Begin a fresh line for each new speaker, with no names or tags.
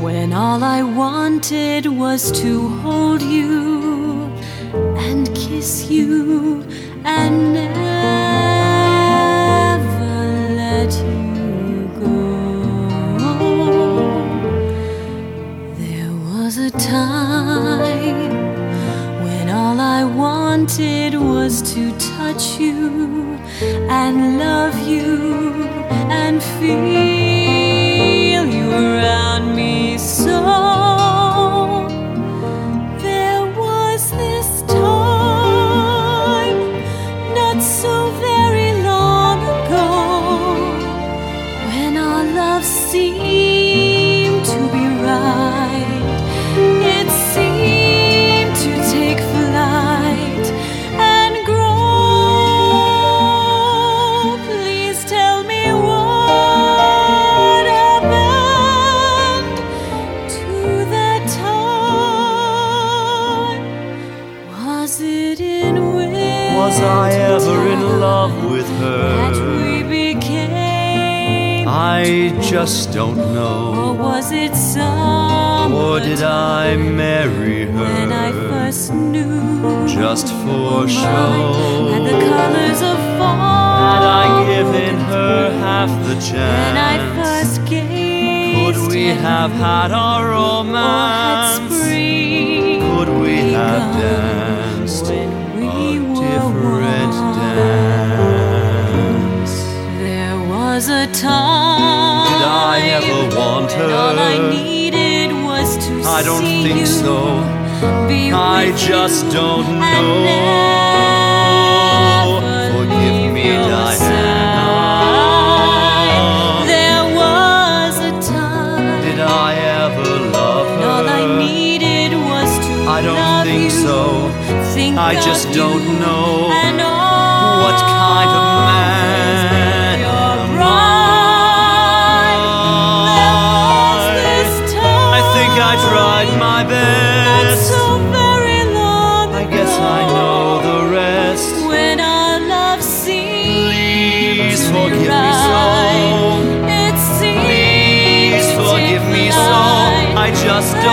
When all I wanted was to hold you and kiss you and never let you go. There was a time when all I wanted was to touch you and love you and feel you around me. So there was this time, not so very long ago. When our love seemed to be right, it seemed to take flight and grow. Please tell me what happened to that time. Was it in winter?
Was I ever in love with
that
her?
we became?
I just don't
Or
know.
was it summer?
Or did I marry
When I
her
first knew
just for
mine had the
show?
colors of fall.
Had I given her half the
When I
chance,
first gazed
could we
in
have had our
or had
romance?
spring
Could we have
begun
danced
when
a
we were
different
one?
dance?
There was a time
Did I ever want
when all I
her?
needed was to
I don't
see
think
you.
so.
Be
I
with
just
you
don't
and
know.
never
Forgive
leave
me,
your side.
Diana.
There was a time
Did I ever love
when
her?
all I needed was to
I don't
love
think
you.
so.
Think
I
of
just
you
don't know
and all
What kind of man?
your
am
bride. There
I?
was this time.
I think I tried my
Not
best.
so very long
I guess I
ago.
know the rest.
When our love seemed
Please
to
forgive me
rise,
so.
it seemed
Please
to
forgive me so.
fly.
I just
There